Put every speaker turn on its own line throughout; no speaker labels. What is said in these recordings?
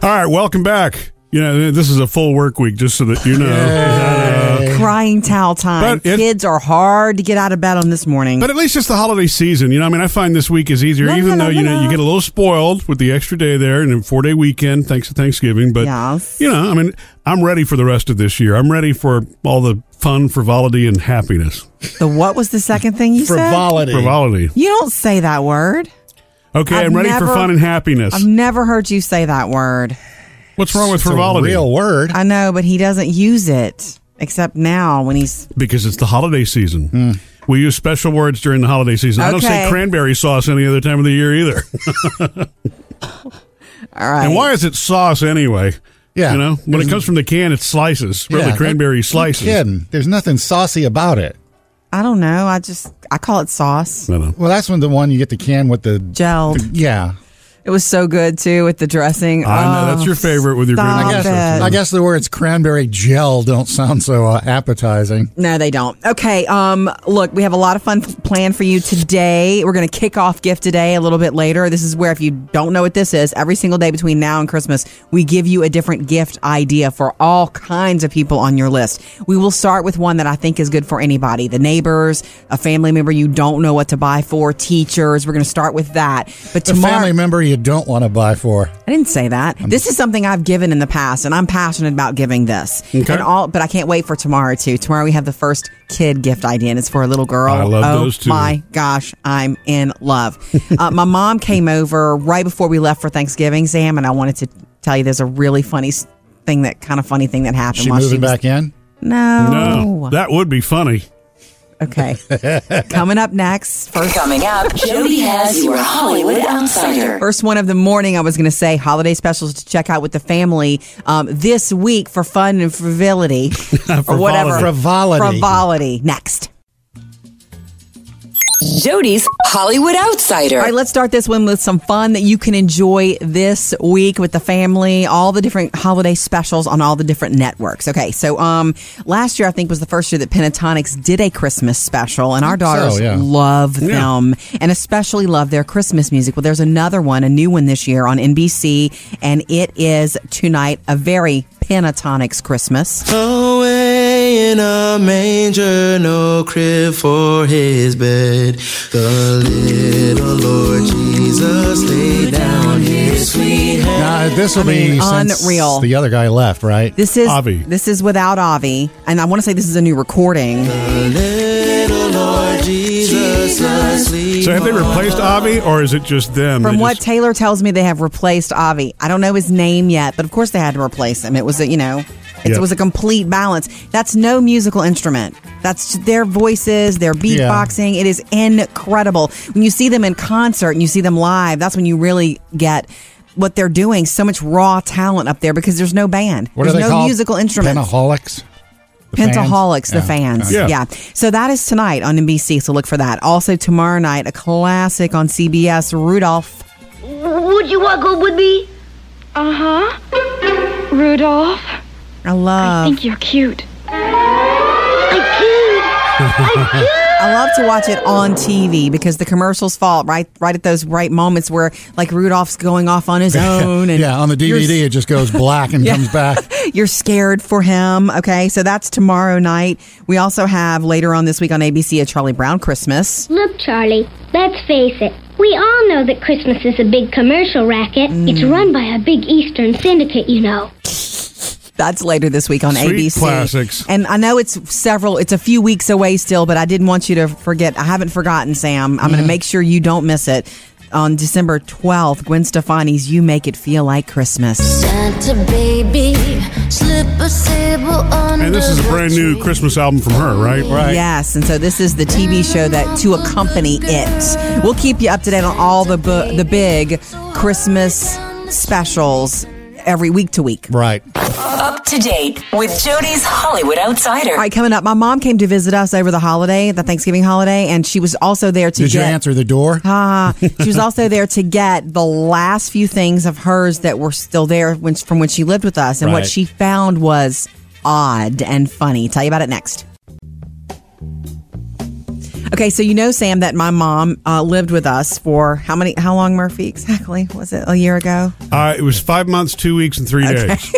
All right, welcome back. You know, this is a full work week, just so that you know. Uh,
Crying towel time.
But it-
Kids are hard to get out of bed on this morning.
But at least it's the holiday season. You know, I mean, I find this week is easier,
La, la,
even
la,
though you
la,
know
la.
you get a little spoiled with the extra day there and a four day weekend thanks to Thanksgiving. But
Yes.
you know, I mean, I'm ready for the rest of this year. I'm ready for all the fun, frivolity, and happiness.
the what was the second thing you said?
frivolity.
Frivolity.
You don't say that word.
Okay, i
I've
am ready for
never-
fun and happiness.
I've never heard you say that word.
What's wrong with
It's a
frivolity?
real word.
I know, but he doesn't use it except now when he's
because it's the holiday season.
Hmm.
We use special words during the holiday season. I don't say
Okay.
cranberry sauce any other time of the year either.
all right.
And why is it sauce anyway?
Yeah.
You know, when it comes from the can, it's slices, really
Yeah.
cranberry slices.
Kidding. There's nothing saucy about it.
I don't know. I just I call it sauce.
I know.
Well, that's when the one you get the can with the.
Gelled.
Yeah.
It was so good too with the dressing. Oh,
I know, that's your favorite with your
stop
grandma's
it.
dressing.
I guess the words cranberry gel don't sound so uh, appetizing.
No, they don't. Okay. Um, look, we have a lot of fun f- planned for you today. We're going to kick off gift today a little bit later. This is where, if you don't know what this is, every single day between now and Christmas, we give you a different gift idea for all kinds of people on your list. We will start with one that I think is good for anybody the neighbors, a family member you don't know what to buy for, teachers. We're going to start with that. But
The
tomorrow.
family member you don't want to buy for.
I didn't say that. This is something I've given in the past, and I'm passionate about giving this.
Okay.
And all, but I can't wait for tomorrow too. Tomorrow we have the first kid gift idea, and it's for a little girl.
I love
oh,
those, too.
My gosh, I'm in love. uh, my mom came over right before we left for Thanksgiving, Sam, and I wanted to tell you there's a really funny s- thing that kind of funny thing that happened.
She
while
moving
she was,
back in?
No, that would be funny.
Okay. Coming up next, first
Coming up, Jody has your Hollywood Outsider.
First one of the morning, I was going to say holiday specials to check out with the family um, this week for fun and frivolity or whatever.
Frivolity.
Frivolity. Next.
Jody's Hollywood Outsider.
All right, let's start this one with some fun that you can enjoy this week with the family. All the different holiday specials on all the different networks. Okay, so um, last year I think was the first year that Pentatonics did a Christmas special, and our daughters
yeah.
love
Yeah.
them and especially love their Christmas music. Well, there's another one, a new one this year on NBC, and it is tonight a very Pentatonics Christmas.
Away in a manger, no crib for his bed. The little Lord Jesus laid down his sweet head.
Now, this will be
mean,
since
unreal.
the other guy left, right?
This is
Avi.
this is without Avi, and I want to say this is a new recording.
Little Lord Jesus, asleep.
So have they replaced Avi or is it just them?
From
They
what
just-
Taylor tells me, they have replaced Avi. I don't know his name yet, but of course they had to replace him. It was a, you know, it
Yep.
was a complete balance. That's no musical instrument. That's their voices, their beatboxing. It is incredible. When you see them in concert and you see them live, that's when you really get what they're doing. So much raw talent up there because there's no band.
what
there's
are they
no
called?
musical instruments.
Pentaholics? The fans?
Pentaholics, the
Yeah.
fans.
Yeah.
Yeah. So that is tonight on NBC. So look for that. Also, tomorrow night, a classic on CBS, Rudolph.
Would you wuggle with me? Uh huh. Uh-huh. Rudolph,
I love.
I think you're cute. I'm cute. I'm cute.
I love to watch it on TV because the commercials fall right right at those right moments where like Rudolph's going off on his own and
yeah, on the
you're-
DVD, it just goes black and comes back.
You're scared for him. Okay, so that's tomorrow night. We also have later on this week on ABC a Charlie Brown Christmas.
Look, Charlie, let's face it. We all know that Christmas is a big commercial racket.
Mm.
It's run by a big Eastern syndicate, you know.
That's later this week on
Sweet
ABC.
classics.
And I know it's several, it's a few weeks away still, but I didn't want you to forget. I haven't forgotten, Sam. I'm going to
Mm-hmm.
make sure you don't miss it. On December 12th, Gwen Stefani's You Make It Feel Like Christmas.
Santa baby, slip a sable under
And this is a
the
brand new
tree.
Christmas album from her, right? Right.
Yes, and so this is the TV show that to accompany it. We'll keep you up to date on all the bu- the big Christmas specials every week to week.
Right.
Up to date with Jody's Hollywood Outsider.
All right, coming up, my mom came to visit us over the holiday, the Thanksgiving holiday, and she was also there to
Did you
get-
answer the door?
Ah, she was also there to get the last few things of hers that were still there when, from when she lived with us, and what
Right.
she found was odd and funny. Tell you about it next. Okay, so you know, Sam, that my mom uh, lived with us for how many? How long, Murphy? Exactly? Was it a year ago?
Uh, it was five months, two weeks, and three days.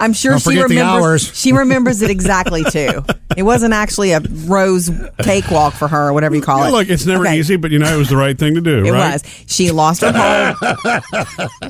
I'm sure
Don't
she
forget
remembers.
the hours.
She remembers it exactly too. It wasn't actually a rose cakewalk for her, or whatever you call
Yeah,
it.
look, it's never
Okay.
easy, but you know it was the right thing to do,
It
right?
was. She lost her home.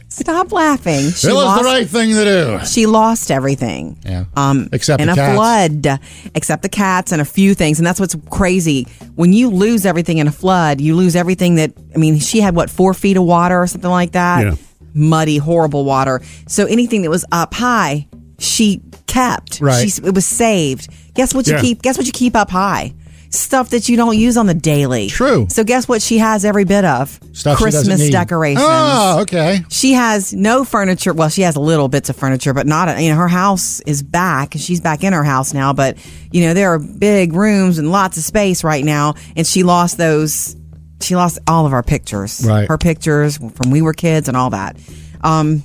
Stop laughing. She
it was
lost
the right thing to do.
she lost everything.
Yeah.
Um,
Except
in
the
a
cats.
flood, except the cats and a few things. And that's what's crazy. When you lose everything in a flood, you lose everything that, I mean, she had what, four feet of water or something like that?
Yeah.
Muddy, horrible water. So anything that was up high, she kept.
Right.
She, it was saved. Guess what you
Yeah.
keep? Guess what you keep up high? Stuff that you don't use on the daily.
True.
So guess what she has every bit of?
Stuff she doesn't
Christmas
need.
decorations.
Oh, okay.
She has no furniture. Well, she has little bits of furniture, but not, you know, her house is back. She's back in her house now, but, you know, there are big rooms and lots of space right now. And she lost those, she lost all of our pictures.
Right.
Her pictures from we were kids and all that. Um,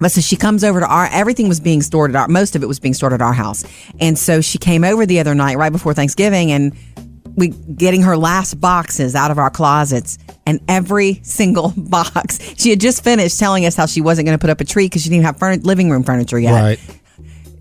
but so she comes over to our, everything was being stored at our, most of it was being stored at our house. And so she came over the other night, right before Thanksgiving, and we getting her last boxes out of our closets and every single box she had just finished telling us how she wasn't going to put up a tree because she didn't have furni- living room furniture yet
Right.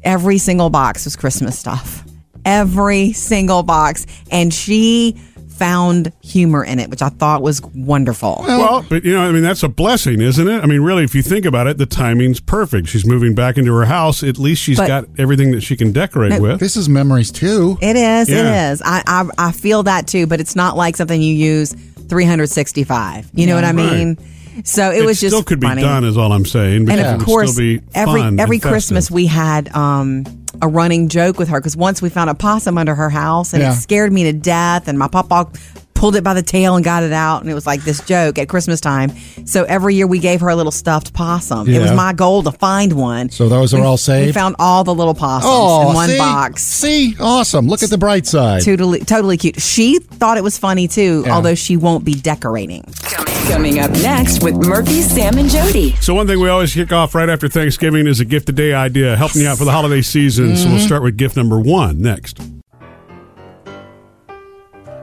every single box was christmas stuff every single box and she found humor in it which i thought was wonderful
Well, but you know, I mean, that's a blessing, isn't it? I mean, really, if you think about it, the timing's perfect. She's moving back into her house. At least she's
But-
got everything that she can decorate with.
This is memories too.
it is
Yeah.
it is I, I i feel that too but it's not like something you use 365 you know what i mean so it,
It
was just
still could be
funny.
done, is all I'm saying. because it
and
would
of course,
still be
every
fun
every
and festive.
Christmas we had um, a running joke with her because once we found a possum under her house and
Yeah.
it scared me to death, and my papa pulled it by the tail and got it out, and it was like this joke at Christmas time. So every year we gave her a little stuffed possum. It was
Yeah.
my goal to find one.
So those are all
we
saved.
found all the little possums
oh,
in one
see?
box.
See, awesome. Look at the bright side.
Totally, totally cute. She thought it was funny too,
Yeah.
although she won't be decorating.
Coming up next with Murphy, Sam, and Jody.
So one thing we always kick off right after Thanksgiving is a gift a day idea, helping you out for the holiday season. So
Mm-hmm.
we'll start with gift number one next.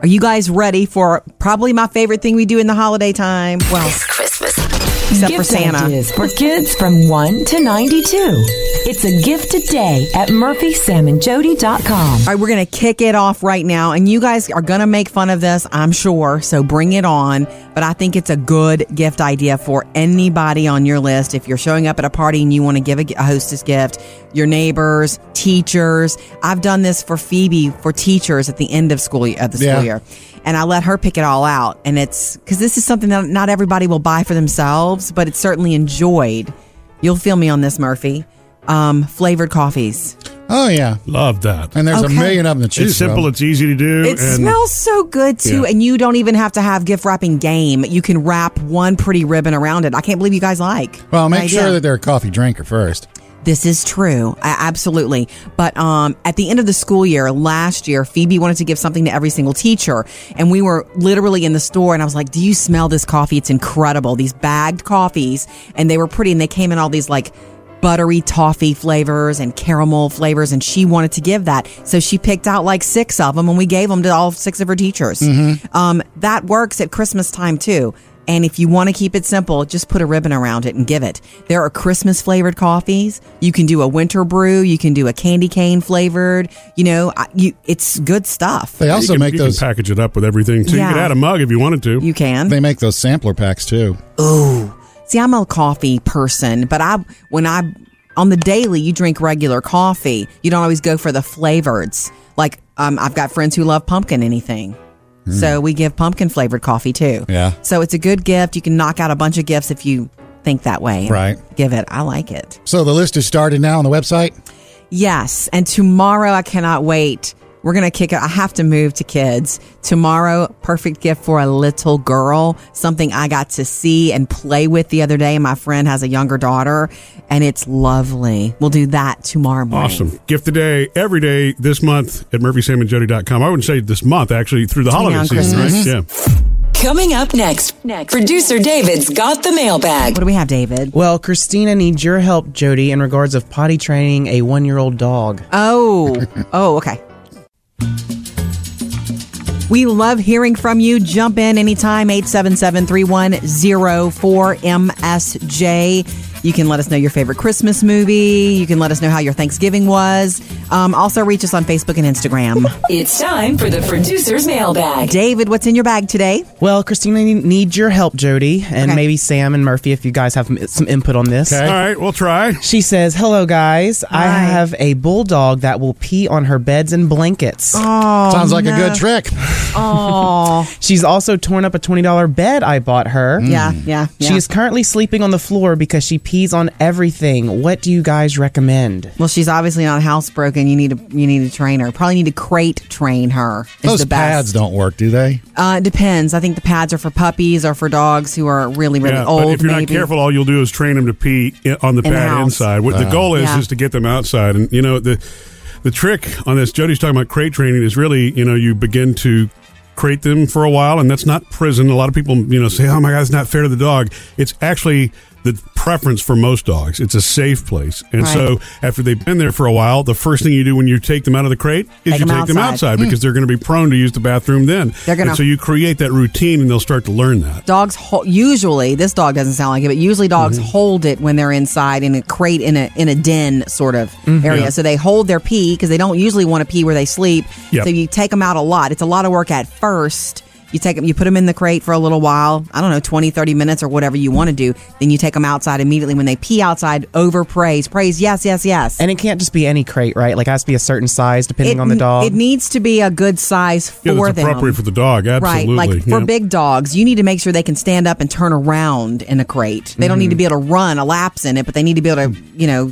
Are you guys ready for probably my favorite thing we do in the holiday time? Well,
It's Christmas.
except
gift
for Santa.
ideas for kids from 1 to 92. It's a gift a day at murphysamandjody.com.
All right, we're going to kick it off right now. And you guys are going to make fun of this, I'm sure. So bring it on. But I think it's a good gift idea for anybody on your list. If you're showing up at a party and you want to give a, a hostess gift, your neighbors, teachers. I've done this for Phoebe for teachers at the end of school of the
Yeah.
school year. And I let her pick it all out. And it's because this is something that not everybody will buy for themselves, but it's certainly enjoyed. You'll feel me on this, Murphy. Um, flavored coffees.
oh yeah.
Love that.
And there's
Okay.
a million of them to choose
it's simple.
from.
It's easy to do. and
It smells so good too,
Yeah.
and you don't even have to have gift wrapping game. You can wrap one pretty ribbon around it. I can't believe you guys like.
Well, make
Like,
sure
yeah.
that they're a coffee drinker first.
this is true. I, absolutely. But um, at the end of the school year last year, Phoebe wanted to give something to every single teacher, and we were literally in the store, and I was like, "Do you smell this coffee? It's incredible. These bagged coffees, and they were pretty, and they came in all these like." buttery toffee flavors and caramel flavors, and she wanted to give that. So she picked out like six of them, and we gave them to all six of her teachers. Um, that works at Christmas time too. And if you want to keep it simple, just put a ribbon around it and give it. There are Christmas flavored coffees. You can do a winter brew. You can do a candy cane flavored. You know, I, you, it's good stuff.
They
you
also
can,
make
you
those.
can package it up with everything too.
Yeah.
You could add a mug if you wanted to.
You can.
They make those sampler packs too.
See, I'm a coffee person, but I when I on the daily you drink regular coffee. You don't always go for the flavors. Like um, I've got friends who love pumpkin anything. So we give pumpkin flavored coffee too.
Hmm. Yeah.
So it's a good gift. You can knock out a bunch of gifts if you think that way.
Right.
Give it. I like it.
So the list is started now on the website.
Yes. And tomorrow, I cannot wait. We're going to kick it. I have to move to kids. Tomorrow, perfect gift for a little girl. Something I got to see and play with the other day. My friend has a younger daughter, and it's lovely. We'll do that tomorrow morning.
Awesome. Gift today, every day this month at murphysamandjody.com. I wouldn't say this month, actually, through the holiday
now and
season,
Christmas.
right? Yeah.
Coming up next, next. producer David's got the mailbag.
What do we have, David?
Well, Christina needs your help, Jody, in regards of potty training a one year old dog.
Oh, oh, okay. We love hearing from you. Jump in anytime, 877-310-4MSJ. You can let us know your favorite Christmas movie. You can let us know how your Thanksgiving was. Um, also, reach us on Facebook and Instagram.
It's time for the producer's mailbag.
David, what's in your bag today?
Well, Christina I need your help, Jody, and
Okay.
maybe Sam and Murphy if you guys have m- some input on this.
All right, we'll try.
She says, "Hello guys, I
Hi.
have a bulldog that will pee on her beds and blankets.
Sounds like a good trick.
Oh,
She's also torn up a $20 bed I bought her.
Mm.
Mm.
yeah, yeah, yeah.
She is currently sleeping on the floor because she pees on everything. What do you guys recommend?
Well, she's obviously not housebroken. You need to you need to train her. Probably need to crate train her. Is
Those
the best.
pads don't work, do they?
Uh, it depends. I think the pads are for puppies or for dogs who are really really
Yeah,
old.
but if you're
maybe.
not careful, all you'll do is train them to pee i- on the
In the
pad
house.
inside. What the goal is
Yeah.
is to get them outside, and you know the the trick on this. Jody's talking about crate training is really you know you begin to crate them for a while, and that's not prison. A lot of people you know say, "Oh my God, it's not fair to the dog." It's actually the preference for most dogs. It's a safe place, and
Right.
so after they've been there for a while, the first thing you do when you take them out of the crate is
Take
you
them
take them
outside. Hmm.
outside because they're going to be prone to use the bathroom. Then
They're gonna-
And so you create that routine, and they'll start to learn that.
Dogs ho- usually this dog doesn't sound like it, but usually dogs
Mm-hmm.
hold it when they're inside in a crate in a in a den sort of area.
Mm-hmm. Yeah.
So they hold their pee because they don't usually want to pee where they sleep.
Yep.
So you take them out a lot. It's a lot of work at first. You take them, you put them in the crate for a little while. I don't know, 20, 30 minutes or whatever you want to do. Then you take them outside immediately. When they pee outside, over praise, praise, yes, yes, yes.
And it can't just be any crate, right? Like it has to be a certain size depending
it,
on the dog.
it needs to be a good size for
Yeah, that's
them.
appropriate for the dog.
Right,
Absolutely.
like for
yeah.
big dogs, you need to make sure they can stand up and turn around in a crate. They don't
Mm-hmm.
need to be able to run a lapse in it, but they need to be able to, you know.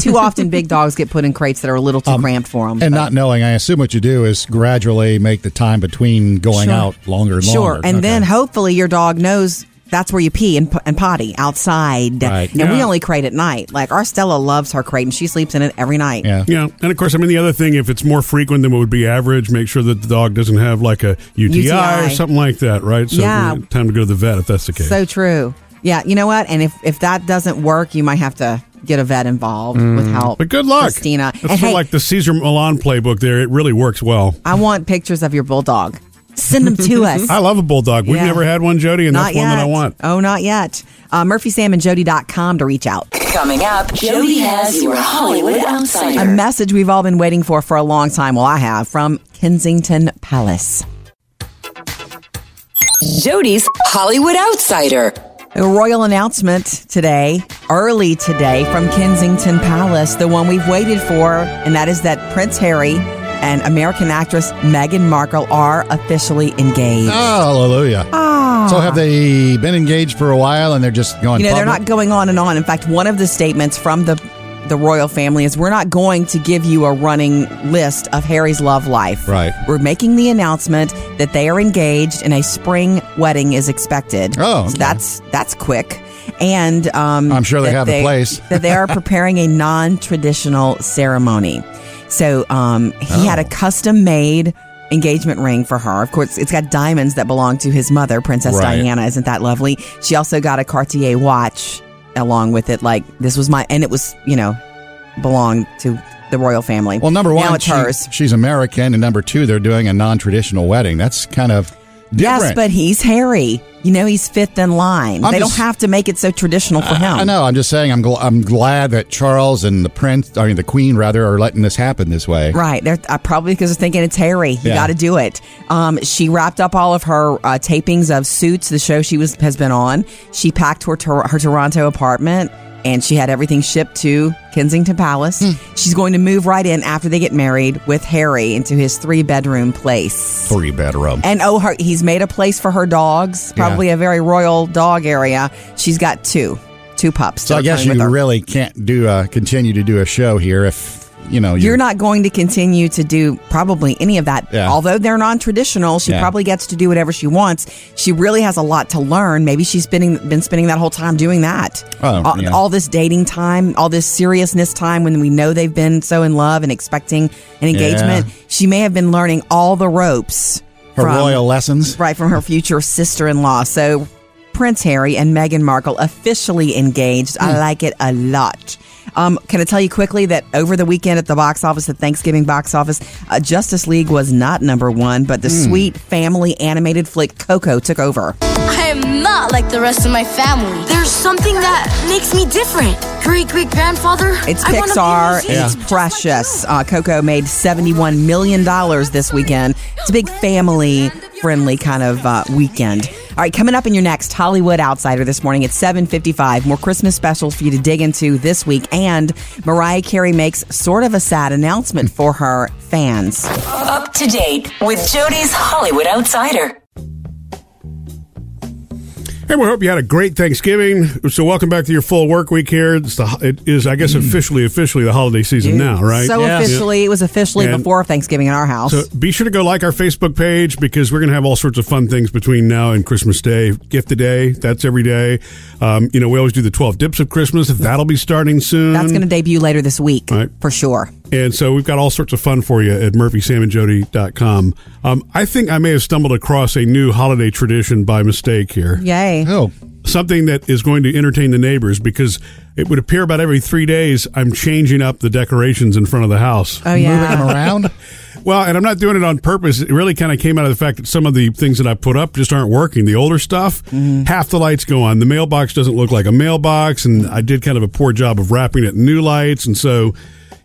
too often, big dogs get put in crates that are a little
Um,
too cramped for them.
And not knowing, I assume what you do is gradually make the time between going
Sure.
out longer and
sure,
longer.
and
Okay.
then hopefully your dog knows that's where you pee and, p- and potty outside.
Right.
And we
Yeah.
only crate at night. Like our Stella loves her crate, and she sleeps in it every night.
Yeah.
Yeah, and of course, I mean the other thing, if it's more frequent than what would be average, make sure that the dog doesn't have like a UTI,
UTI.
or something like that, right? So
Yeah.
uh, time to go to the vet if that's the case.
So true. Yeah, you know what? And if if that doesn't work, you might have to get a vet involved with help.
Mm. but good luck,
Christina.
It's
And
sort of
hey,
like the Caesar Milan playbook. There, it really works well.
I want pictures of your bulldog. Send them to us.
I love a bulldog. We've
Yeah.
never had one, Jody, and
not
that's one that I
yet.
want.
Oh, not yet. Uh, MurphySamandJody.com to reach out.
Coming up, Jody has your Hollywood
A
Outsider.
message we've all been waiting for for a long time. Well, I have from Kensington Palace.
Jody's Hollywood Outsider.
A royal announcement today, early today, from Kensington Palace, the one we've waited for, and that is that Prince Harry and American actress Meghan Markle are officially engaged.
Hallelujah. So have they been engaged for a while and they're just going
you know, they're
public?
not going on and on. In fact, one of the statements from the the royal family is we're not going to give you a running list of Harry's love life.
Right.
We're making the announcement that they are engaged and a spring wedding is expected.
Oh,
So
okay.
that's that's quick. And um,
I'm sure they
that
have a place.
that they are preparing a non-traditional ceremony. So um, he had a
Oh.
custom-made engagement ring for her. Of course, it's got diamonds that belong to his mother, Princess
Right.
Diana. Isn't that lovely? She also got a Cartier watch along with it. Like this was my, and it was you know belonged to the royal family.
Well, number one,
now it's
she-
hers.
she's American, and number two, they're doing a non-traditional wedding. That's kind of different.
Yes, but he's Harry. You know, he's fifth in line.
I'm
they
just-
don't have to make it so traditional for him.
I know. I'm just saying. I'm gl- I'm glad that Charles and the prince, I mean the queen, rather, are letting this happen this way.
Right. They're uh, probably because they're thinking it's Harry. You
Yeah.
got to do it. Um, she wrapped up all of her uh, tapings of Suits, the show she was has been on. She packed her Tor- her Toronto apartment and she had everything shipped to Kensington Palace.
Hmm.
She's going to move right in after they get married with Harry into his three bedroom place.
Three bedroom.
And oh, her, he's made a place for her dogs. Probably a very royal dog area. She's got two, two pups.
So
that
I
are
guess
coming
you
with her.
really can't do uh, continue to do a show here if you know
You're not going to continue to do probably any of that.
Yeah.
Although they're non traditional, she
Yeah.
probably gets to do whatever she wants. She really has a lot to learn. Maybe she's spending, been spending that whole time doing that.
Oh,
all,
yeah.
all this dating time, all this seriousness time when we know they've been so in love and expecting an engagement.
Yeah.
She may have been learning all the ropes
her
from,
royal lessons.
right, from her future sister in law. So Prince Harry and Meghan Markle officially engaged. I like it a lot. Um, can I tell you quickly that over the weekend at the box office, the Thanksgiving box office, uh, Justice League was not number one, but the
Hmm.
sweet family animated flick Coco took over.
I am not like the rest of my family. There's something that makes me different. Great great grandfather.
It's Pixar. It's precious. Uh, Coco made $71 million this weekend. It's a big family friendly kind of uh, weekend. All right, coming up in your next Hollywood Outsider this morning at 7.55, more Christmas specials for you to dig into this week. And Mariah Carey makes sort of a sad announcement for her fans.
Up to date with Jody's Hollywood Outsider.
Hey, we hope you had a great Thanksgiving. So, welcome back to your full work week here. It's the, it is, I guess, officially, officially the holiday season now, right?
Mm. So officially, it was officially
And-
before Thanksgiving in our house.
So be sure to go like our Facebook page because we're going to have all sorts of fun things between now and Christmas Day. Gift a day, that's every day. Um, you know, we always do the 12 dips of Christmas. That'll be starting soon.
That's going to debut later this week, for sure.
And so we've got all sorts of fun for you at murphysamandjody.com. Um, I think I may have stumbled across a new holiday tradition by mistake here.
Yay.
Oh. Something that is going to entertain the neighbors because it would appear about every three days I'm changing up the decorations in front of the house.
Oh, yeah. Moving 'em
around?
well, and I'm not doing it on purpose. It really kind of came out of the fact that some of the things that I put up just aren't working. The older stuff,
Mm-hmm.
half the lights go on. The mailbox doesn't look like a mailbox, and I did kind of a poor job of wrapping it in new lights, and so.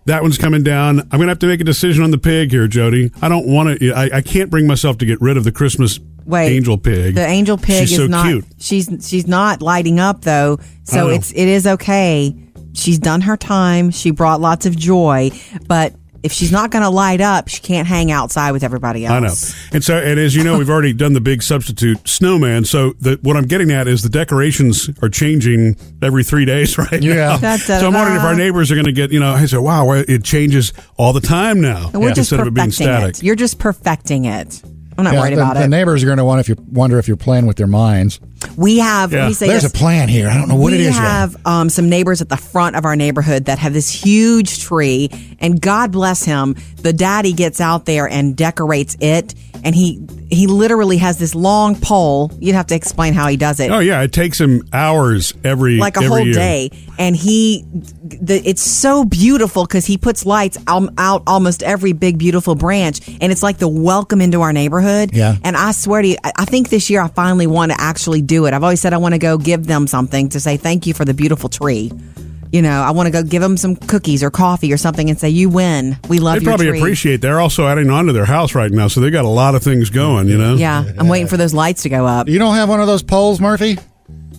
That one's coming down. I'm going to have to make a decision on the pig here, Jody. I don't want to. I, I can't bring myself to get rid of the Christmas
Wait,
angel pig.
The angel pig
She's
is
so
not.
cute. Oh.
She's she's not lighting up though,
I know.
so it's it is okay. She's done her time. She brought lots of joy, but if she's not going to light up, she can't hang outside with everybody else.
I know. And so, and as you know, we've already done the big substitute snowman. So, the, what I'm getting at is the decorations are changing every three days, right? Yeah.
Da, da,
so I'm wondering if
da.
our neighbors are going to get, you know, I say, wow, well, it changes all the time now
And we're just
instead of it
perfecting
being
it,
static.
You're just perfecting it. I'm not
Yeah,
worried
the,
about
the
it.
neighbors are going to want if you wonder if you're playing with their minds.
We have. Let me say
There's
this.
a plan here. I don't know what
we
it is. yet.
have um, some neighbors at the front of our neighborhood that have this huge tree, and God bless him, the daddy gets out there and decorates it, and he he literally has this long pole. You'd have to explain how he does it.
Oh, yeah. It takes them hours every
Like a
every
whole
year.
day, and he, the, it's so beautiful because he puts lights out, out almost every big beautiful branch, and it's like the welcome into our neighborhood.
Yeah.
And I swear to you, I I think this year I finally want to actually do it. I've always said I want to go give them something to say thank you for the beautiful tree. You know, I want to go give them some cookies or coffee or something and say, "You win. We love
They
your
probably
tree."
appreciate. They're also adding on to their house right now, so they got a lot of things going. You know,
Yeah, I'm waiting for those lights to go up.
You don't have one of those poles, Murphy?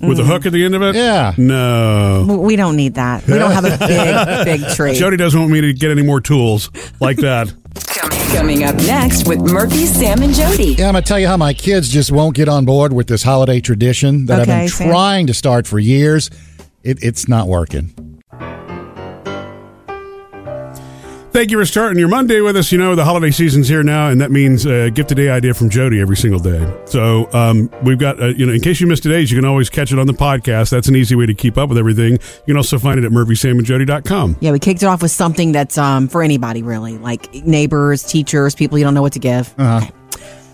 with
Mm.
a hook at the end of it. Yeah, no,
W- We don't need that. We don't have a big, big tree.
Jody doesn't want me to get any more tools like that.
Coming up next with Murphy, Sam, and Jody.
Yeah, I'm going to tell you how my kids just won't get on board with this holiday tradition that I've
Okay,
been
Sam.
trying to start for years. It, it's not working.
Thank you for starting your Monday with us. You know, the holiday season's here now, and that means a gift a day idea from Jody every single day. So, um, we've got, uh, you know, in case you missed today's, you can always catch it on the podcast. That's an easy way to keep up with everything. You can also find it at murphysamandjody.com.
Yeah, we kicked it off with something that's um, for anybody, really, like neighbors, teachers, people you don't know what to give.
Uh-huh.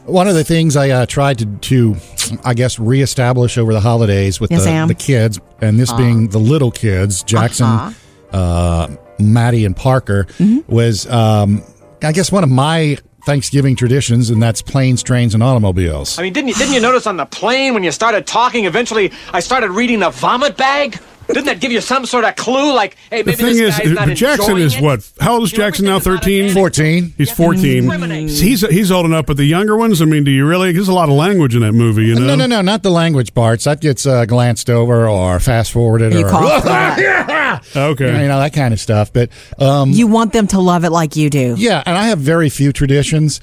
One of the things I uh, tried to, to, I guess, reestablish over the holidays with
Yes,
the,
Sam?
the kids, and this
Uh-huh.
being the little kids, Jackson,
Uh-huh. Mm-hmm.
uh, Maddie, and Parker, was, um, I guess, one of my Thanksgiving traditions, and that's planes, trains, and automobiles.
I mean, didn't you, didn't you notice on the plane when you started talking? Eventually, I started reading the vomit bag. Didn't that give you some sort of clue? Like, hey,
The
maybe
thing
this
is,
guy's not
Jackson
enjoying
is
it?
what? How old is Jackson now? 13?
14.
He's 14. He's, he's old enough, but the younger ones, I mean, do you really? There's a lot of language in that movie, you know?
No, no, no, not the language parts. That gets uh, glanced over or fast forwarded
You
or
cough a lot.
okay,
you know that kind of stuff. But um,
You want them to love it like you do.
yeah, and I have very few traditions.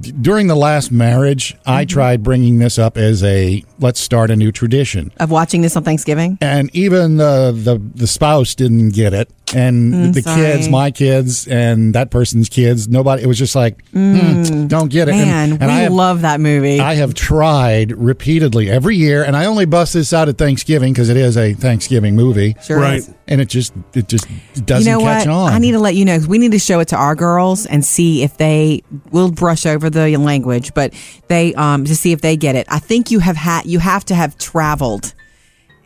D- During the last marriage,
Mm-hmm.
I tried bringing this up as a let's start a new tradition,
Of watching this on Thanksgiving?
and even the the, the spouse didn't get it, and
Mm,
the kids,
sorry.
my kids, and that person's kids, nobody. It was just like hmm, don't get it. And-
Mm. Man,
and,
we
I have-
love that movie.
I have tried repeatedly every year, and I only bust this out at Thanksgiving because it is a Thanksgiving movie,
Sure Right. is.
And it just it just doesn't
you know
catch
what?
on.
I need to let you know 'cause we need to show it to our girls and see if they will brush over the language, but they um to see if they get it. I think you have had you have to have traveled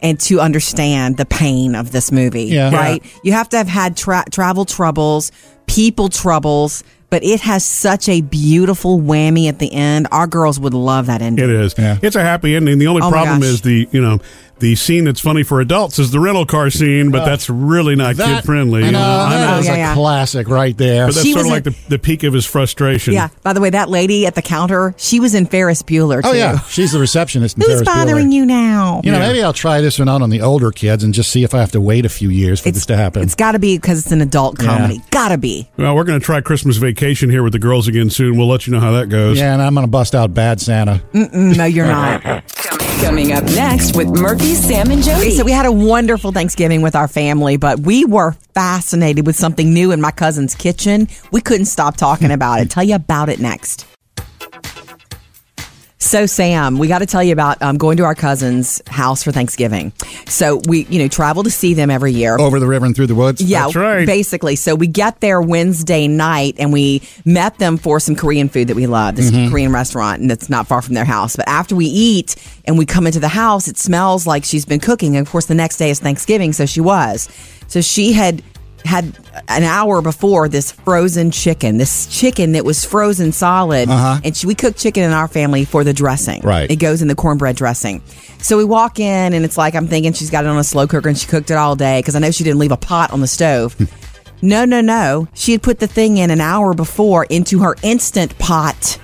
and to understand the pain of this movie,
Yeah.
right? You have to have had tra- travel troubles, people troubles, but it has such a beautiful whammy at the end. Our girls would love that ending.
It is. It's a happy ending. The only
Oh my
problem
gosh.
is the you know the scene that's funny for adults is the rental car scene, but that's really not
That-
kid friendly.
I know, that is
yeah,
a
yeah.
classic right there.
But that's
She
sort of
was
like the, the peak of his frustration.
Yeah. By the way, that lady at the counter, she was in Ferris Bueller too.
Oh yeah, she's the receptionist. in
Who's
Ferris
bothering
Bueller.
you now?
You know, maybe I'll try this one out on the older kids and just see if I have to wait a few years for this to happen.
it's got to be because it's an adult
Yeah.
comedy. Got to be.
Well, we're going to try Christmas Vacation here with the girls again soon. We'll let you know how that goes.
Yeah, and I'm going to bust out Bad Santa.
Mm-mm, Mm, no, you're not.
Coming up next with Murphy, Sam, and Jody.
So we had a wonderful Thanksgiving with our family, but we were fascinated with something new in my cousin's kitchen. We couldn't stop talking about it. Tell you about it next. So Sam, we got to tell you about um, going to our cousin's house for Thanksgiving. So we, you know, travel to see them every year.
Over the river and through the woods.
Yeah, basically. So we get there Wednesday night and we met them for some Korean food that we love, this
Mhm.
Korean restaurant, and it's not far from their house. But after we eat and we come into the house, it smells like she's been cooking. And of course, the next day is Thanksgiving, so she was. So she had had an hour before this frozen chicken, this chicken that was frozen solid.
Uh-huh.
And she, we cook chicken in our family for the dressing.
Right.
It goes in the cornbread dressing. So we walk in and it's like I'm thinking she's got it on a slow cooker and she cooked it all day because I know she didn't leave a pot on the stove. no, no, no. She had put the thing in an hour before into her instant pot.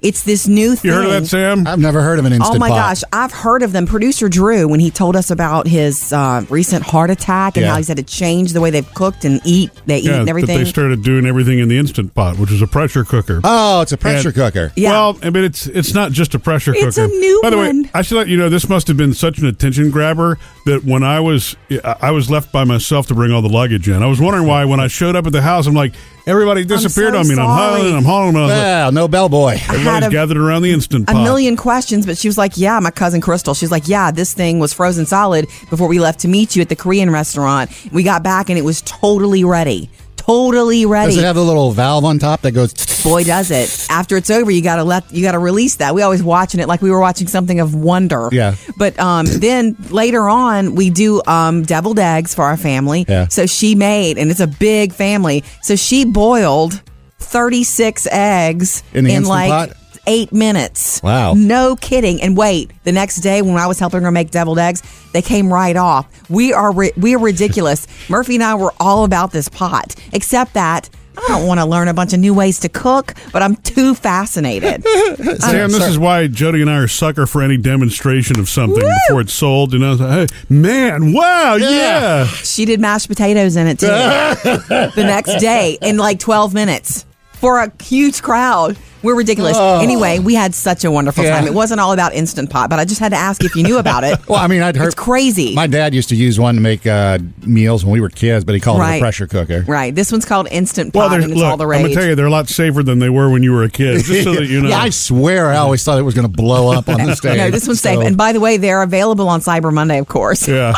It's this new thing.
You heard of that,
Sam?
I've never heard of an instant
Oh my
pot.
gosh, I've heard of them. Producer Drew, when he told us about his uh, recent heart attack and
Yeah.
how he's had to change the way they've cooked and eat, they eat
Yeah,
and
that
everything.
they started doing everything in the instant pot, which is a pressure cooker.
Oh, it's a pressure
And-
cooker.
Well, I mean, it's it's not just a pressure
It's
cooker.
a new
By the
one.
way, I should let you know this must have been such an attention grabber that when I was I I was left by myself to bring all the luggage in. I was wondering why when I showed up at the house, I'm like everybody disappeared
so
on me. And I'm
sorry.
hauling and I'm hauling them.
Well, no bellboy.
had
Everybody's
a-
gathered around the instant
a
pot.
million questions, but she was like, "Yeah, my cousin Crystal." She's like, "Yeah, this thing was frozen solid before we left to meet you at the Korean restaurant. We got back and it was totally ready, totally ready."
Does it have the little valve on top that goes?
Boy, does it! After it's over, you gotta let you gotta release that. We always watching it like we were watching something of wonder.
Yeah.
But um, then later on, we do um, deviled eggs for our family.
Yeah.
So she made, and it's a big family. So she boiled thirty six eggs
In the instant
like
pot?
eight minutes.
Wow.
No kidding. And wait, the next day when I was helping her make deviled eggs, they came right off. We are ri- we are ridiculous. Murphy and I were all about this pot, except that. I don't want to learn a bunch of new ways to cook, but I'm too fascinated.
Sam, this is why Jody and I are sucker for any demonstration of something before it's sold. You know, it's like, hey, man, wow, yeah.
She did mashed potatoes in it too. the next day in like 12 minutes for a huge crowd. We're ridiculous.
Oh.
Anyway, we had such a wonderful
Yeah.
time. It wasn't all about Instant Pot, but I just had to ask if you knew about it.
Well, I mean, I'd heard.
It's crazy.
My dad used to use one to make uh, meals when we were kids, but he called it
Right.
a pressure cooker.
Right. This one's called Instant Pot,
Well, they're-
and it's
look,
all the
I'm gonna
rage.
tell you, they're a lot safer than they were when you were a kid. Just so that you know,
Yeah, I swear, I always thought it was going to blow up on the stage.
no, this one's safe.
So-
And by the way, they're available on Cyber Monday, of course.
Yeah.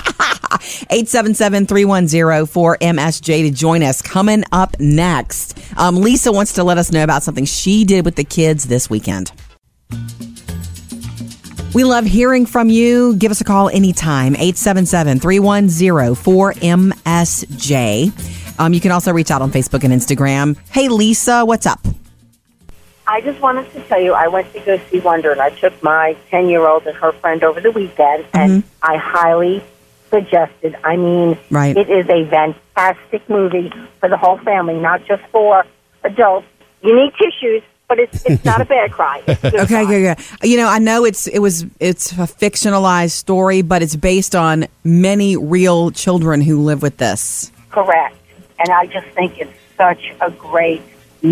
877-310-4MSJ to join us. Coming up next, um, Lisa wants to let us know about something she did with the kids this weekend. We love hearing from you. Give us a call anytime, 877-310-4MSJ. Um, you can also reach out on Facebook and Instagram. Hey, Lisa, what's up?
I just wanted to tell you, I went to go see Wonder, and I took my 10 year old and her friend over the weekend, and I highly suggested. I mean,
Right.
it is a fantastic movie for the whole family, not just for adults. You need tissues, but it's, it's not a bad cry. It's good.
okay, yeah, yeah. You know, I know it's it was it's a fictionalized story, but it's based on many real children who live with this.
Correct. And I just think it's such a great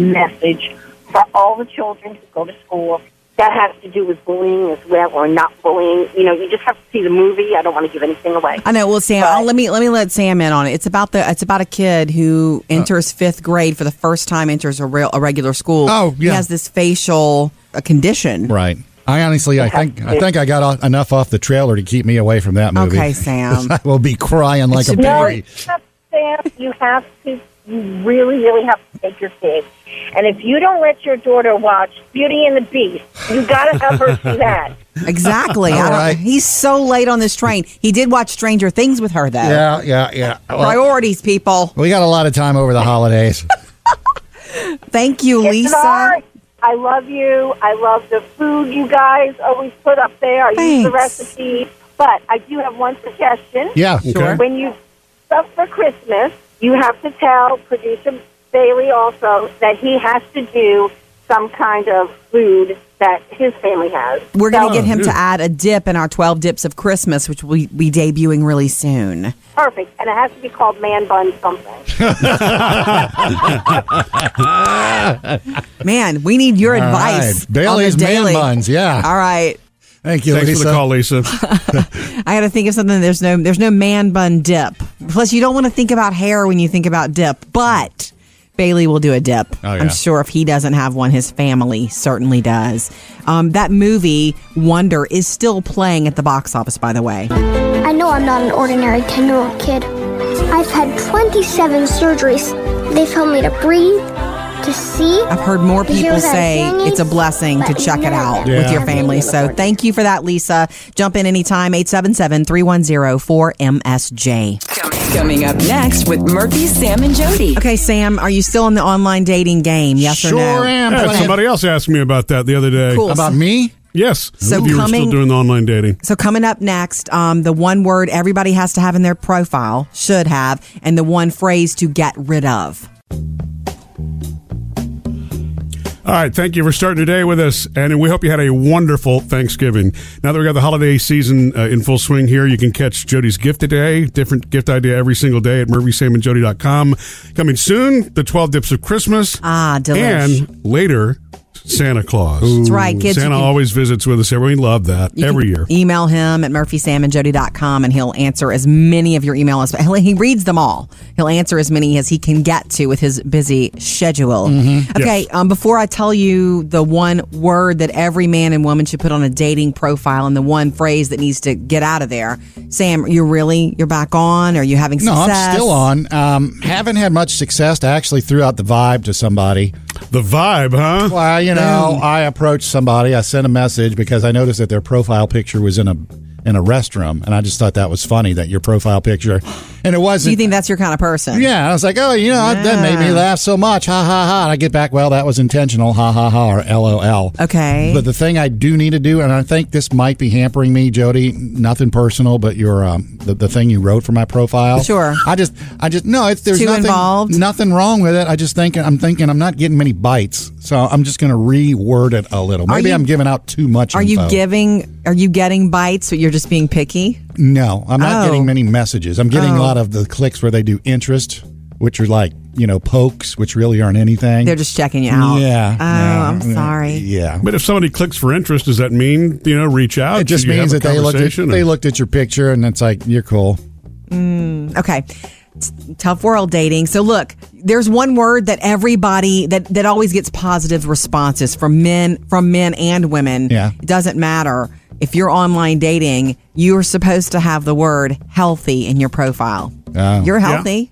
message for all the children who go to school. That has to do with bullying as well, or not bullying. You know, you just have to see the movie. I don't want to give anything away.
I know. Well, Sam, I'll- let me let me let Sam in on it. It's about the it's about a kid who
Uh.
enters fifth grade for the first time, enters a real a regular school.
Oh,
he
yeah.
has this facial a condition.
Right. I honestly, I think, I think I got off, enough off the trailer to keep me away from that movie.
Okay, Sam.
I will be crying like a
no,
baby.
you have, Sam, you have to you really, really have to take your kids. And if you don't let your daughter watch Beauty and the Beast, you got to have her see that.
Exactly. I don't- He's so late on this train. He did watch Stranger Things with her, though.
Yeah, yeah, yeah. Well,
Priorities, people.
we got a lot of time over the holidays.
Thank you,
Yes,
Lisa.
I love you. I love the food you guys always put up there. I use the
Thanks.
recipe. But I do have one suggestion.
Yeah, Sure. okay.
When you stuff for Christmas, you have to tell producer Bailey also that he has to do some kind of food that his family has.
We're going
So-
to get him to add a dip in our 12 Dips of Christmas, which we'll be debuting really soon.
Perfect. And it has to be called man bun something.
Man, we need your
All
advice.
right. Bailey's
on the
man
daily.
buns, yeah.
All right.
Thank you,
Thanks
Lisa.
for the call, Lisa.
I got to think of something. There's no there's no man bun dip. Plus, you don't want to think about hair when you think about dip. But Bailey will do a dip.
Oh, yeah.
I'm sure if he doesn't have one, his family certainly does. Um, that movie Wonder is still playing at the box office, by the way.
I know I'm not an ordinary 10 year old kid. I've had 27 surgeries. They told me to breathe, to see.
I've heard more
to hear
people
without
say
hearing
it's a blessing to check it out
Yeah.
with your family. So thank you for that, Lisa. Jump in anytime, 877-310-4MSJ.
Coming up next with Murphy, Sam, and Jody.
Okay, Sam, are you still in the online dating game? Yes or no?
Yeah, somebody else asked me about that the other day.
Cool. About
me?
Yes.
So
if you were
coming-
still doing the online dating.
So coming up next, um, the one word everybody has to have in their profile, should have, and the one phrase to get rid of.
All right, thank you for starting today with us, and we hope you had a wonderful Thanksgiving. Now that we got the holiday season uh, in full swing here, you can catch Jody's gift today, different gift idea every single day at murphysamandjody.com. Coming soon, the 12 Dips of Christmas.
Ah, delish.
And later, Santa Claus.
That's right, kids, you
Santa
can-
always visits with us. We love that
You
every
can
year.
Email him at murphysamandjody.com and he'll answer as many of your emails. he'll- He reads them all. He'll answer as many as he can get to with his busy schedule.
Mm-hmm.
Okay, um, before I tell you the one word that every man and woman should put on a dating profile and the one phrase that needs to get out of there, Sam, you're really, you're back on? Are you having
No,
success?
I'm still on. Um, haven't had much success. I actually threw out the vibe to somebody.
The vibe, huh?
Well, you know, I approached somebody. I sent a message because I noticed that their profile picture was in a in a restroom, and I just thought that was funny that your profile picture, and
Do
it
you
wasn't.
think that's your kind of person?
yeah, I was like, oh, you know, that made me
Yeah.
laugh so much. Ha ha ha. And I get back, well, that was intentional. Ha ha ha. Or LOL.
Okay.
But the thing I do need to do, and I think this might be hampering me, Jody. Nothing personal, but your um, the, the thing you wrote for my profile.
Sure.
I just, I just no. It's there's
Too
nothing
involved?
nothing wrong with it. I just think I'm thinking I'm not getting many bites, so I'm just going to reword it a little.
Are
Maybe
you-
I'm giving out too much.
Are you
info.
giving, are you getting bites, but you're just being picky?
No, I'm not
Oh.
getting many messages. I'm getting
Oh.
a lot of the clicks where they do interest, which are like you know pokes, which really aren't anything.
They're just checking you out.
Yeah.
Oh,
yeah,
I'm
yeah,
sorry.
Yeah.
But if somebody clicks for interest, does that mean, you know, reach out?
It just
Should you
means
have
that
a
they looked at,
conversation, or-
they looked at your picture and it's like you're cool.
Mm, okay. T- tough world dating. So look, there's one word that everybody that that always gets positive responses from men from men and women.
Yeah.
It doesn't matter if you're online dating, you're supposed to have the word healthy in your profile.
Oh.
You're
Yeah.
healthy.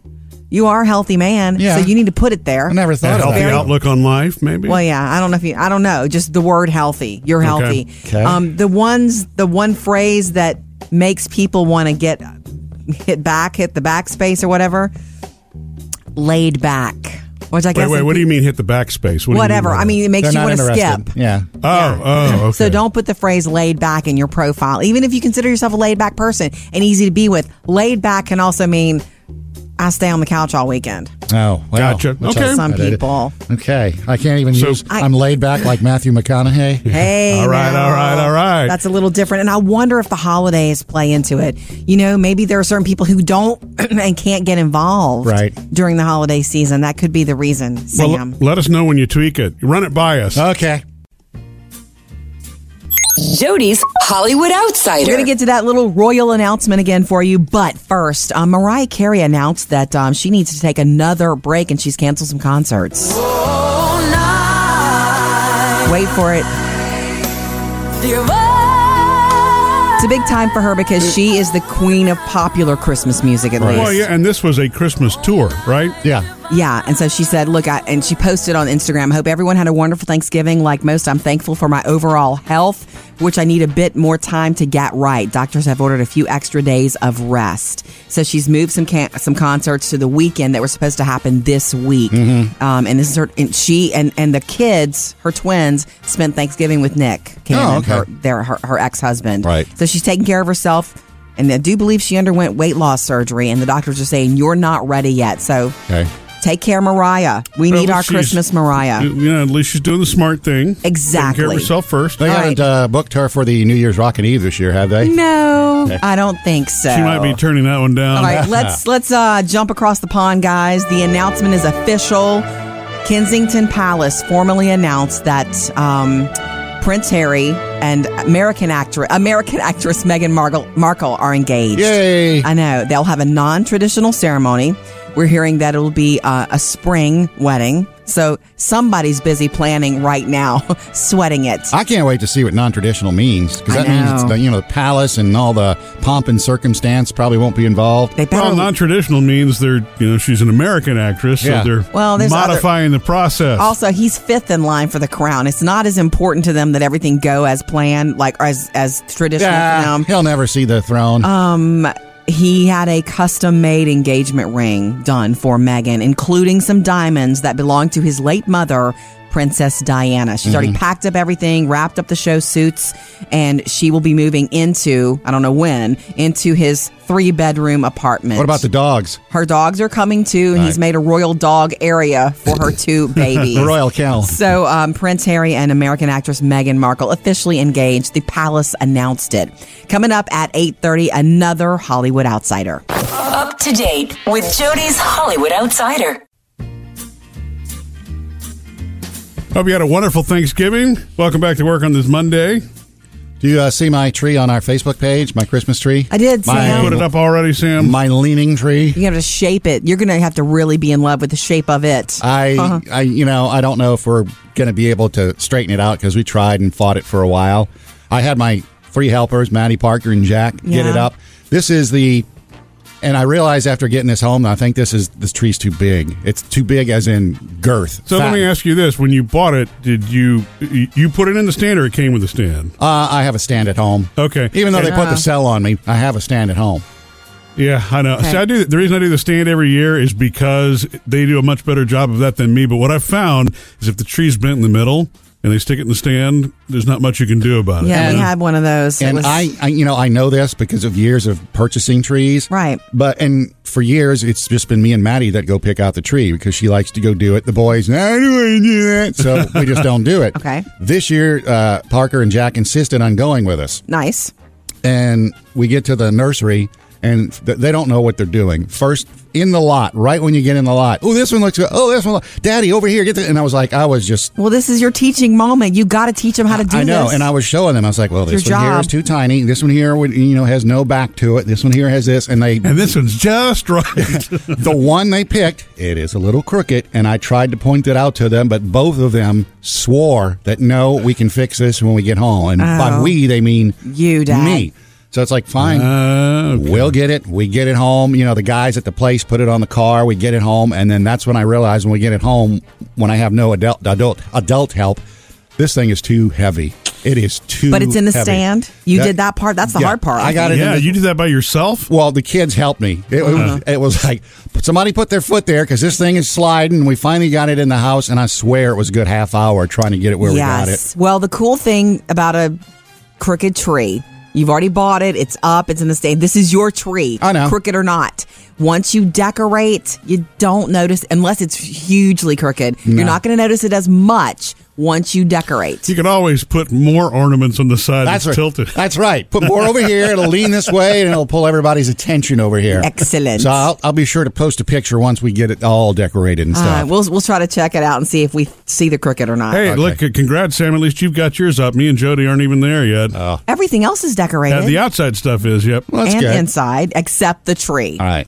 You are a healthy man.
Yeah.
So you need to put it there. I
never
a healthy outlook on life, maybe?
Well, Oh, yeah, I don't know if you, I don't know, just the word healthy. You're
Okay.
healthy.
Okay.
Um, the ones, the one phrase that makes people want to get hit back, hit the backspace or whatever, laid back. Which I
Wait,
guess
wait, what do you mean hit the backspace? What do you mean
Whatever.
by
I
that?
mean, it makes They're you not wanna interested. skip.
Yeah.
Oh, oh, okay.
So don't put the phrase laid back in your profile. Even if you consider yourself a laid back person and easy to be with, laid back can also mean I stay on the couch all weekend.
Oh, wow.
Gotcha.
Which
Okay.
I-
Some
I did it.
people.
Okay, I can't even use.
I-
I'm laid back like Matthew McConaughey.
Hey.
All right,
now.
all right, all right.
That's a little different. And I wonder if the holidays play into it. You know, maybe there are certain people who don't and can't get involved
Right.
during the holiday season. That could be the reason, Sam.
Well, l- let us know when you tweak it. Run it by us.
Oh,
Okay.
Jody's Hollywood Outsider.
We're going to get to that little royal announcement again for you. But first, um, Mariah Carey announced that um, she needs to take another break and she's canceled some concerts. Wait for it. It's a big time for her because she is the queen of popular Christmas music, at least.
Well, yeah, and this was a Christmas tour, right?
Yeah.
Yeah, and so she said, "Look," I, and she posted on Instagram. Hope everyone had a wonderful Thanksgiving. Like most, I'm thankful for my overall health, which I need a bit more time to get right. Doctors have ordered a few extra days of rest. So she's moved some can- some concerts to the weekend that were supposed to happen this week.
Mm-hmm.
Um, and this is her. And she and and the kids, her twins, spent Thanksgiving with Nick Cannon,
Oh, okay.
her their her, her ex husband.
Right.
So she's taking care of herself. And I do believe she underwent weight loss surgery, and the doctors are saying you're not ready yet. So
Okay.
Take care, Mariah. We
Well,
need our
she's-
Christmas, Mariah.
Yeah, at least she's doing the smart thing. Taking
Exactly.
care of herself first.
They haven't uh, booked her for the New Year's Rockin' Eve this year, have they?
No,
Okay.
I don't think so.
She might be turning that one down.
All right, let's let's uh, jump across the pond, guys. The announcement is official. Kensington Palace formally announced that um, Prince Harry and American actress American actress Meghan Markle, Markle are engaged.
Yay!
I know they'll have a non-traditional ceremony. We're hearing that it'll be uh, a spring wedding. So somebody's busy planning right now, sweating it.
I can't wait to see what non-traditional means because
I
that means it's
know.
the you know the palace and all the pomp and circumstance probably won't be involved.
They
Well, non-traditional means they're you know she's an American actress,
Yeah.
so they're
Well, there's other-
modifying the process.
Also, he's fifth in line for the crown. It's not as important to them that everything go as planned, like or as as traditional
yeah,
for them.
he'll never see the throne.
Um, he had a custom made engagement ring done for Meghan, including some diamonds that belonged to his late mother. Princess Diana. She's
Mm-hmm.
already packed up everything, wrapped up the show suits, and she will be moving into, I don't know when, into his three bedroom apartment.
what about the dogs?
Her dogs are coming too, and he's
Right.
made a royal dog area for her two babies.
The royal cow.
So, um, Prince Harry and American actress Meghan Markle officially engaged. The palace announced it. Coming up at 8:30, another Hollywood outsider.
Up to date with Jody's Hollywood Outsider.
Hope you had a wonderful Thanksgiving. Welcome back to work on this Monday.
Do you uh, see my tree on our Facebook page? My Christmas tree.
I did,
My,
Sam.
Put it up already, Sam.
My leaning tree.
You're going to shape it. You're going to have to really be in love with the shape of it.
I,
Uh-huh.
I, you know, I don't know if we're going to be able to straighten it out because we tried and fought it for a while. I had my three helpers, Maddie Parker and Jack, get it
Yeah.
up. This is the, and I realized after getting this home, I think this is this tree's too big. It's too big, as in girth.
So let
fat.
me ask you this: When you bought it, did you you put it in the stand, or it came with a stand?
Uh, I have a stand at home.
Okay.
Even though they put
Ah.
the cell on me, I have a stand at home.
Yeah, I know.
Okay.
See, I do the reason I do the stand every year is because they do a much better job of that than me. But what I've found is if the tree's bent in the middle and they stick it in the stand, there's not much you can do about it.
yeah,
you
we
know?
had one of those. It
and
was-
I, I, you know, I know this because of years of purchasing trees.
Right.
But and for years, it's just been me and Maddie that go pick out the tree because she likes to go do it. The boys, I don't want to do that, so we just don't do it.
Okay.
This year, uh, Parker and Jack insisted on going with us,
nice.
and we get to the nursery. And th- they don't know what they're doing. First in the lot, right when you get in the lot. Oh, this one looks good. Oh, this one. look- Daddy, over here, get the. And I was like, I was just
Well, this is your teaching moment. You got to teach them how to do
I know,
this.
and I was showing them. I was like, "Well,
It's
this
your
one here
job.
is too tiny. This one here, would, you know, has no back to it. This one here has this." And they,
And this one's just right.
the one they picked, it is a little crooked. And I tried to point it out to them, but both of them swore that no, we can fix this when we get home. And by
Oh.
we, they mean
You, Dad.
me. So it's like, fine,
Uh,
we'll get it. We get it home. You know, the guys at the place put it on the car. We get it home, and then that's when I realize when we get it home, when I have no adult adult adult help, this thing is too heavy. It is too.
but it's in the
heavy.
stand. You did that part. That's the
yeah,
hard part.
I got
think.
it.
yeah, you did that by yourself.
Well, the kids helped me. It, it
Uh-huh.
was, it was like somebody put their foot there because this thing is sliding. And we finally got it in the house, and I swear it was a good half hour trying to get it where we got it.
yes. Well, the cool thing about a crooked tree, you've already bought it, it's up, it's in the stand. This is your tree,
I know.
crooked or not. Once you decorate, you don't notice unless it's hugely crooked. You're not going to notice it as much once you decorate.
You can always put more ornaments on the side that's,
That's right.
tilted.
That's right. Put more over here. It'll lean this way, and it'll pull everybody's attention over here.
Excellent.
So I'll, I'll be sure to post a picture once we get it all decorated and
All right,
stuff.
we'll we'll try to check it out and see if we see the crooked or not.
Hey, look, congrats, Sam. At least you've got yours up. Me and Jody aren't even there yet.
Everything else is decorated
Yeah, the outside stuff is, yep.
Well, that's
and
good.
inside except the tree.
all right.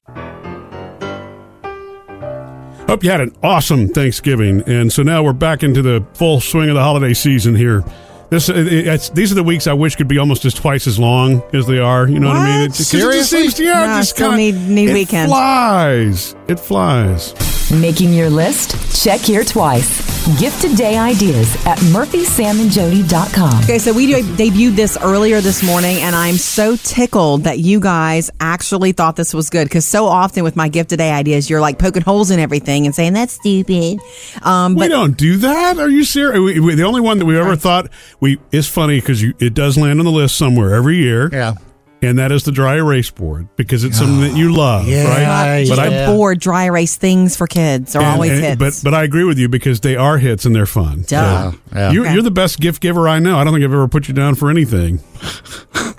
Hope you had an awesome Thanksgiving, and so now we're back into the full swing of the holiday season here. This it- it's, these are the weeks I wish could be almost as twice as long as they are. You know what, I mean?
What?
It's, 'cause it just
Seriously?
seems to- yeah, it
No,
just
still
kinda-
need- need
it
weekends.
Flies, it flies.
Making your list? Check here twice. Gift today ideas at murphysamandjody.com.
Okay, so we de- debuted this earlier this morning, and I'm so tickled that you guys actually thought this was good. Because so often with my gift today ideas, you're like poking holes in everything and saying that's stupid. Um,
We
but
don't do that. Are you serious? We, we, the only one that we ever thought we is funny because it does land on the list somewhere every year.
Yeah.
And that is the dry erase board because it's something that you love, right?
Just
But I
the board dry erase things for kids are
and-
always
and-
hits.
But but I agree with you because they are hits and they're fun.
Duh. Oh,
So, You're, you're the best gift giver I know. I don't think I've ever put you down for anything.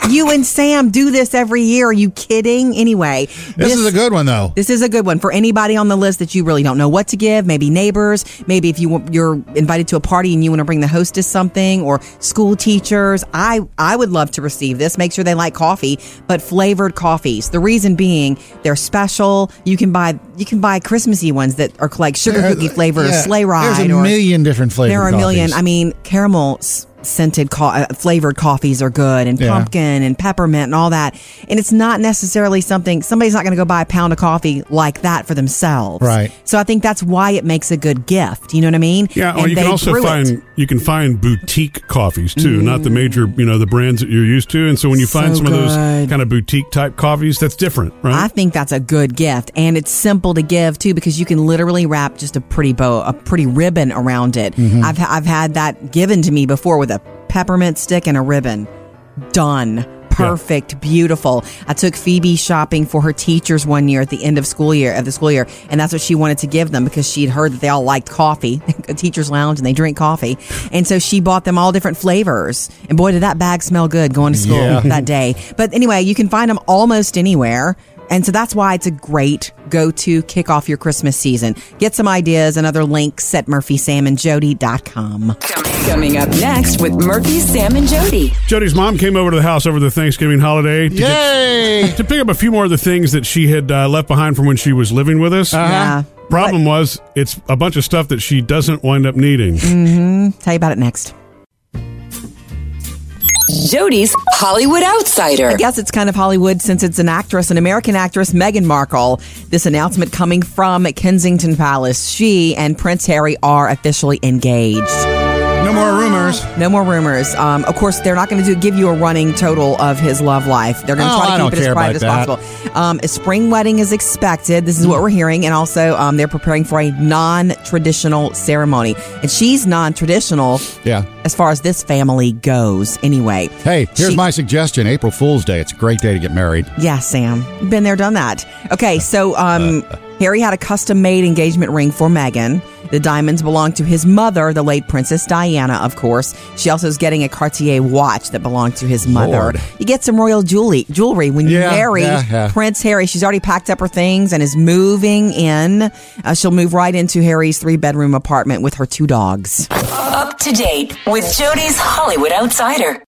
you and Sam do this every year. Are you kidding? Anyway, this,
is a good one, though.
This is a good one for anybody on the list that you really don't know what to give. Maybe neighbors. Maybe if you want- you're invited to a party and you want to bring the hostess something, or school teachers. I I would love to receive this. Make sure they like coffee, but flavored coffees. The reason being they're special. You can buy you can buy Christmassy ones that are like sugar
There-
cookie flavor, or
yeah,
sleigh ride.
There's a
or,
million different flavors.
there are a million. I mean, caramel s- scented co- uh, flavored coffees are good, and
Yeah.
pumpkin and peppermint and all that. And it's not necessarily something somebody's not going to go buy a pound of coffee like that for themselves,
Right.
So I think that's why it makes a good gift. You know what I mean?
Yeah, or
And
you can
they
also
brew it. Mm.
find you can find boutique coffees too, not the major, you know, the brands that you're used to. And so when you find
So
some of those
good.
kind of boutique type coffees, that's different, right?
I think that's a good gift, and it's simple to give too because you can literally wrap just a pretty bow, a pretty ribbon around it.
Mhm.
I've I've had that given to me before with a peppermint stick and a ribbon. Done. Perfect, beautiful. I took Phoebe shopping for her teachers one year at the end of school year of the school year, and that's what she wanted to give them because she'd heard that they all liked coffee, a teacher's lounge, and they drink coffee, and so she bought them all different flavors. And boy, did that bag smell good going to school
Yeah.
that day. But anyway, you can find them almost anywhere. And so that's why it's a great go to kick off your Christmas season. Get some ideas and other links at murphysamandjody.com.
Coming up next with Murphy, Sam, and Jody.
Jody's mom came over to the house over the Thanksgiving holiday to, get- to pick up a few more of the things that she had uh, left behind from when she was living with us.
Yeah.
Problem was, it's a bunch of stuff that she doesn't wind up needing.
hmm Tell you about it next.
Jody's Hollywood Outsider.
I guess it's kind of Hollywood since it's an actress, an American actress, Meghan Markle. This announcement coming from Kensington Palace. She and Prince Harry are officially engaged.
No more rumors.
No more rumors. Um, of course, they're not going to do give you a running total of his love life. They're going to
Oh, I
try to
don't
keep it
care
as private as
about that.
possible. Um, a spring wedding is expected. This is what we're hearing, and also um, they're preparing for a non-traditional ceremony. And she's non-traditional,
Yeah.
as far as this family goes. Anyway,
Hey, here's my suggestion: April Fool's Day. It's a great day to get married.
Yeah, Sam. Been there, done that. Okay, so um, Harry had a custom made engagement ring for Meghan. The diamonds belong to his mother, the late Princess Diana, of course. She also is getting a Cartier watch that belonged to his mother.
Lord.
You get some royal jewelry, jewelry when you
Yeah,
marry
yeah, yeah.
Prince Harry. She's already packed up her things and is moving in. Uh, she'll move right into Harry's three bedroom apartment with her two dogs.
Up to date with Jody's Hollywood Outsider.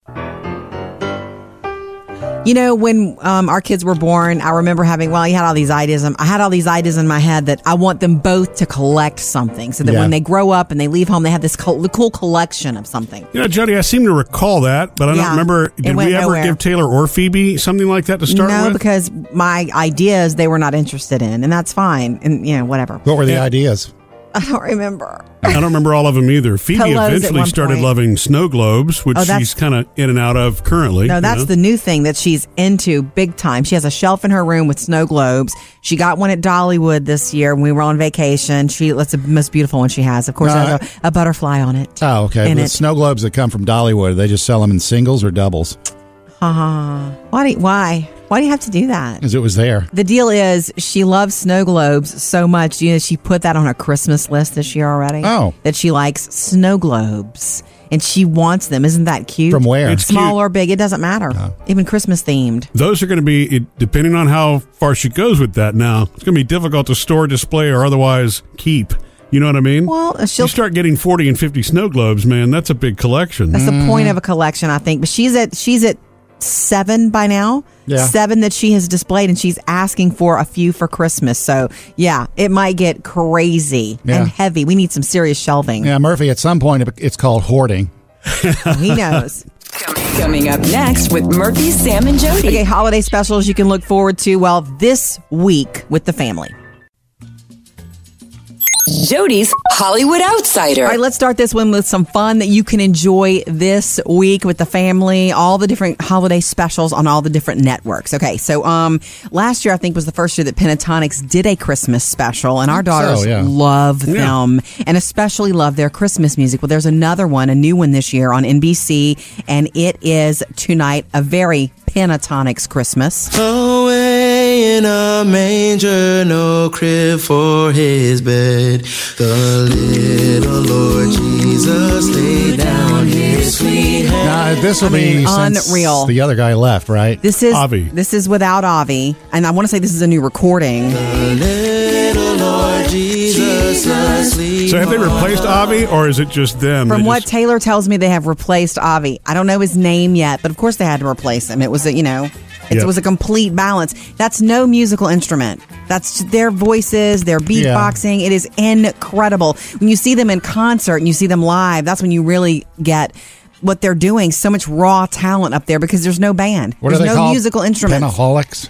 You know, when um, our kids were born, I remember having, well, you had all these ideas. I had all these ideas in my head that I want them both to collect something so that
Yeah.
when they grow up and they leave home, they have this co- cool collection of something.
You know, Jody, I seem to recall that, but I don't
Yeah.
remember.
It
Did
went
we ever
nowhere.
give Taylor or Phoebe something like that to start
no,
with?
because my ideas they were not interested in, and that's fine. And, you know, whatever.
What were the ideas?
I don't remember.
I don't remember all of them either. Phoebe
Pillows at
eventually
one
started
point.
loving snow globes, which
Oh, that's-
she's kind of in and out of currently.
No,
you
that's
know?
the new thing that she's into big time. She has a shelf in her room with snow globes. She got one at Dollywood this year when we were on vacation. She that's the most beautiful one she has. Of course,
No,
it has a, a butterfly on it.
Oh, okay.
In
The
it.
snow globes that come from Dollywood, they just sell them in singles or doubles
Ah, why? Do you, why? Why do you have to do that?
because it was there.
The deal is, she loves snow globes so much. You know, she put that on her Christmas list this year already.
Oh.
that she likes snow globes and she wants them. Isn't that cute?
From where? It's
Small
cute.
or big, it doesn't matter. Even Christmas themed.
Those are going to be, it- depending on how far she goes with that now, it's going to be difficult to store, display, or otherwise keep. You know what I mean?
Well, uh, she'll-
you start getting 40 and 50 snow globes, man. That's a big collection.
That's
Mm-hmm.
the point of a collection, I think. But she's at she's at seven by now.
Yeah.
Seven that she has displayed, and she's asking for a few for Christmas. So yeah, it might get crazy
Yeah.
and heavy. We need some serious shelving.
Yeah, Murphy. At some point, it- it's called hoarding.
He knows.
Coming up next with Murphy, Sam, and Jody.
Okay, holiday specials you can look forward to well this week with the family.
Jody's Hollywood Outsider.
All right, let's start this one with some fun that you can enjoy this week with the family. All the different holiday specials on all the different networks. Okay, so um, last year I think was the first year that Pentatonics did a Christmas special, and our
So,
daughters
Oh, yeah.
love
Yeah.
them and especially love their Christmas music. Well, there's another one, a new one this year on NBC, and it is tonight a very Pentatonics Christmas.
Away in a manger, no crib for his bed. The little Lord Jesus lay down his sweet head.
Now, this will
I mean,
be since
unreal.
the other guy left, right?
This is This is without Avi, and I want to say this is a new recording.
Little Lord Jesus, asleep
So have they
on
replaced
the-
Avi, or is it just them?
From
They
what
just-
Taylor tells me, they have replaced Avi. I don't know his name yet, but of course they had to replace him. It was a, you know, it
Yeah.
was a complete balance. That's no musical instrument. That's their voices, their beatboxing. It is incredible. When you see them in concert and you see them live, that's when you really get what they're doing. So much raw talent up there because there's no band.
What are
there's no
they called?
musical instrument.
Pentaholics.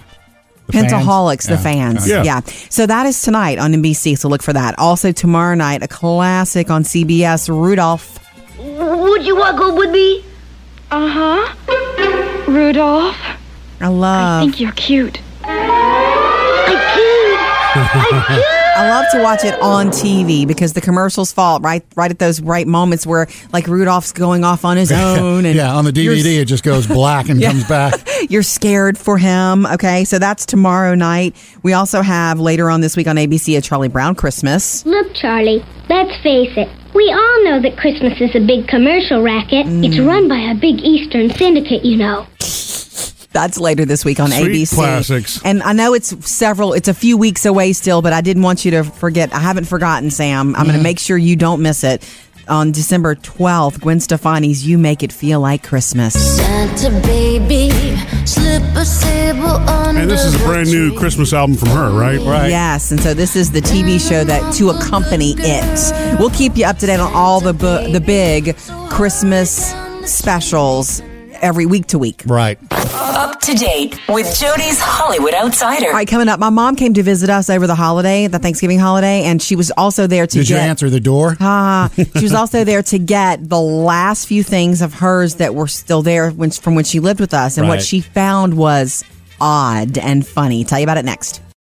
The fans?
Pentaholics, the
Yeah.
fans.
Yeah.
Yeah. So that is tonight on NBC. So look for that. Also, tomorrow night, a classic on CBS, Rudolph.
Would you wuggle with me? Uh huh. Rudolph.
I
I
love.
think you're cute. I kid.
I love to watch it on TV because the commercials fall right right at those right moments where like Rudolph's going off on his own and
yeah, on the
you're-
DVD, it just goes black and
Yeah.
comes back.
You're scared for him. Okay, so that's tomorrow night. We also have later on this week on ABC a Charlie Brown Christmas.
Look, Charlie, let's face it. We all know that Christmas is a big commercial racket. It's
Mm.
run by a big Eastern syndicate, you know.
That's later this week on
Sweet
ABC.
classics.
And I know it's several, it's a few weeks away still, but I didn't want you to forget. I haven't forgotten, Sam. I'm going to make sure you don't miss it. On December 12th, Gwen Stefani's You Make It Feel Like Christmas.
Santa baby, slip a sable under
And this is a
the
brand new Christmas album from her, right?
Yes, and so this is the TV show that to accompany it. We'll keep you up to date on all the bu- the big Christmas specials every week to week.
Right.
Up to date with Jody's Hollywood Outsider.
All right, coming up, my mom came to visit us over the holiday, the Thanksgiving holiday, and she was also there to
Did you
get.
answer the door?
Ah, she was also there to get the last few things of hers that were still there when, from when she lived with us, and what
Right.
she found was odd and funny. Tell you about it next.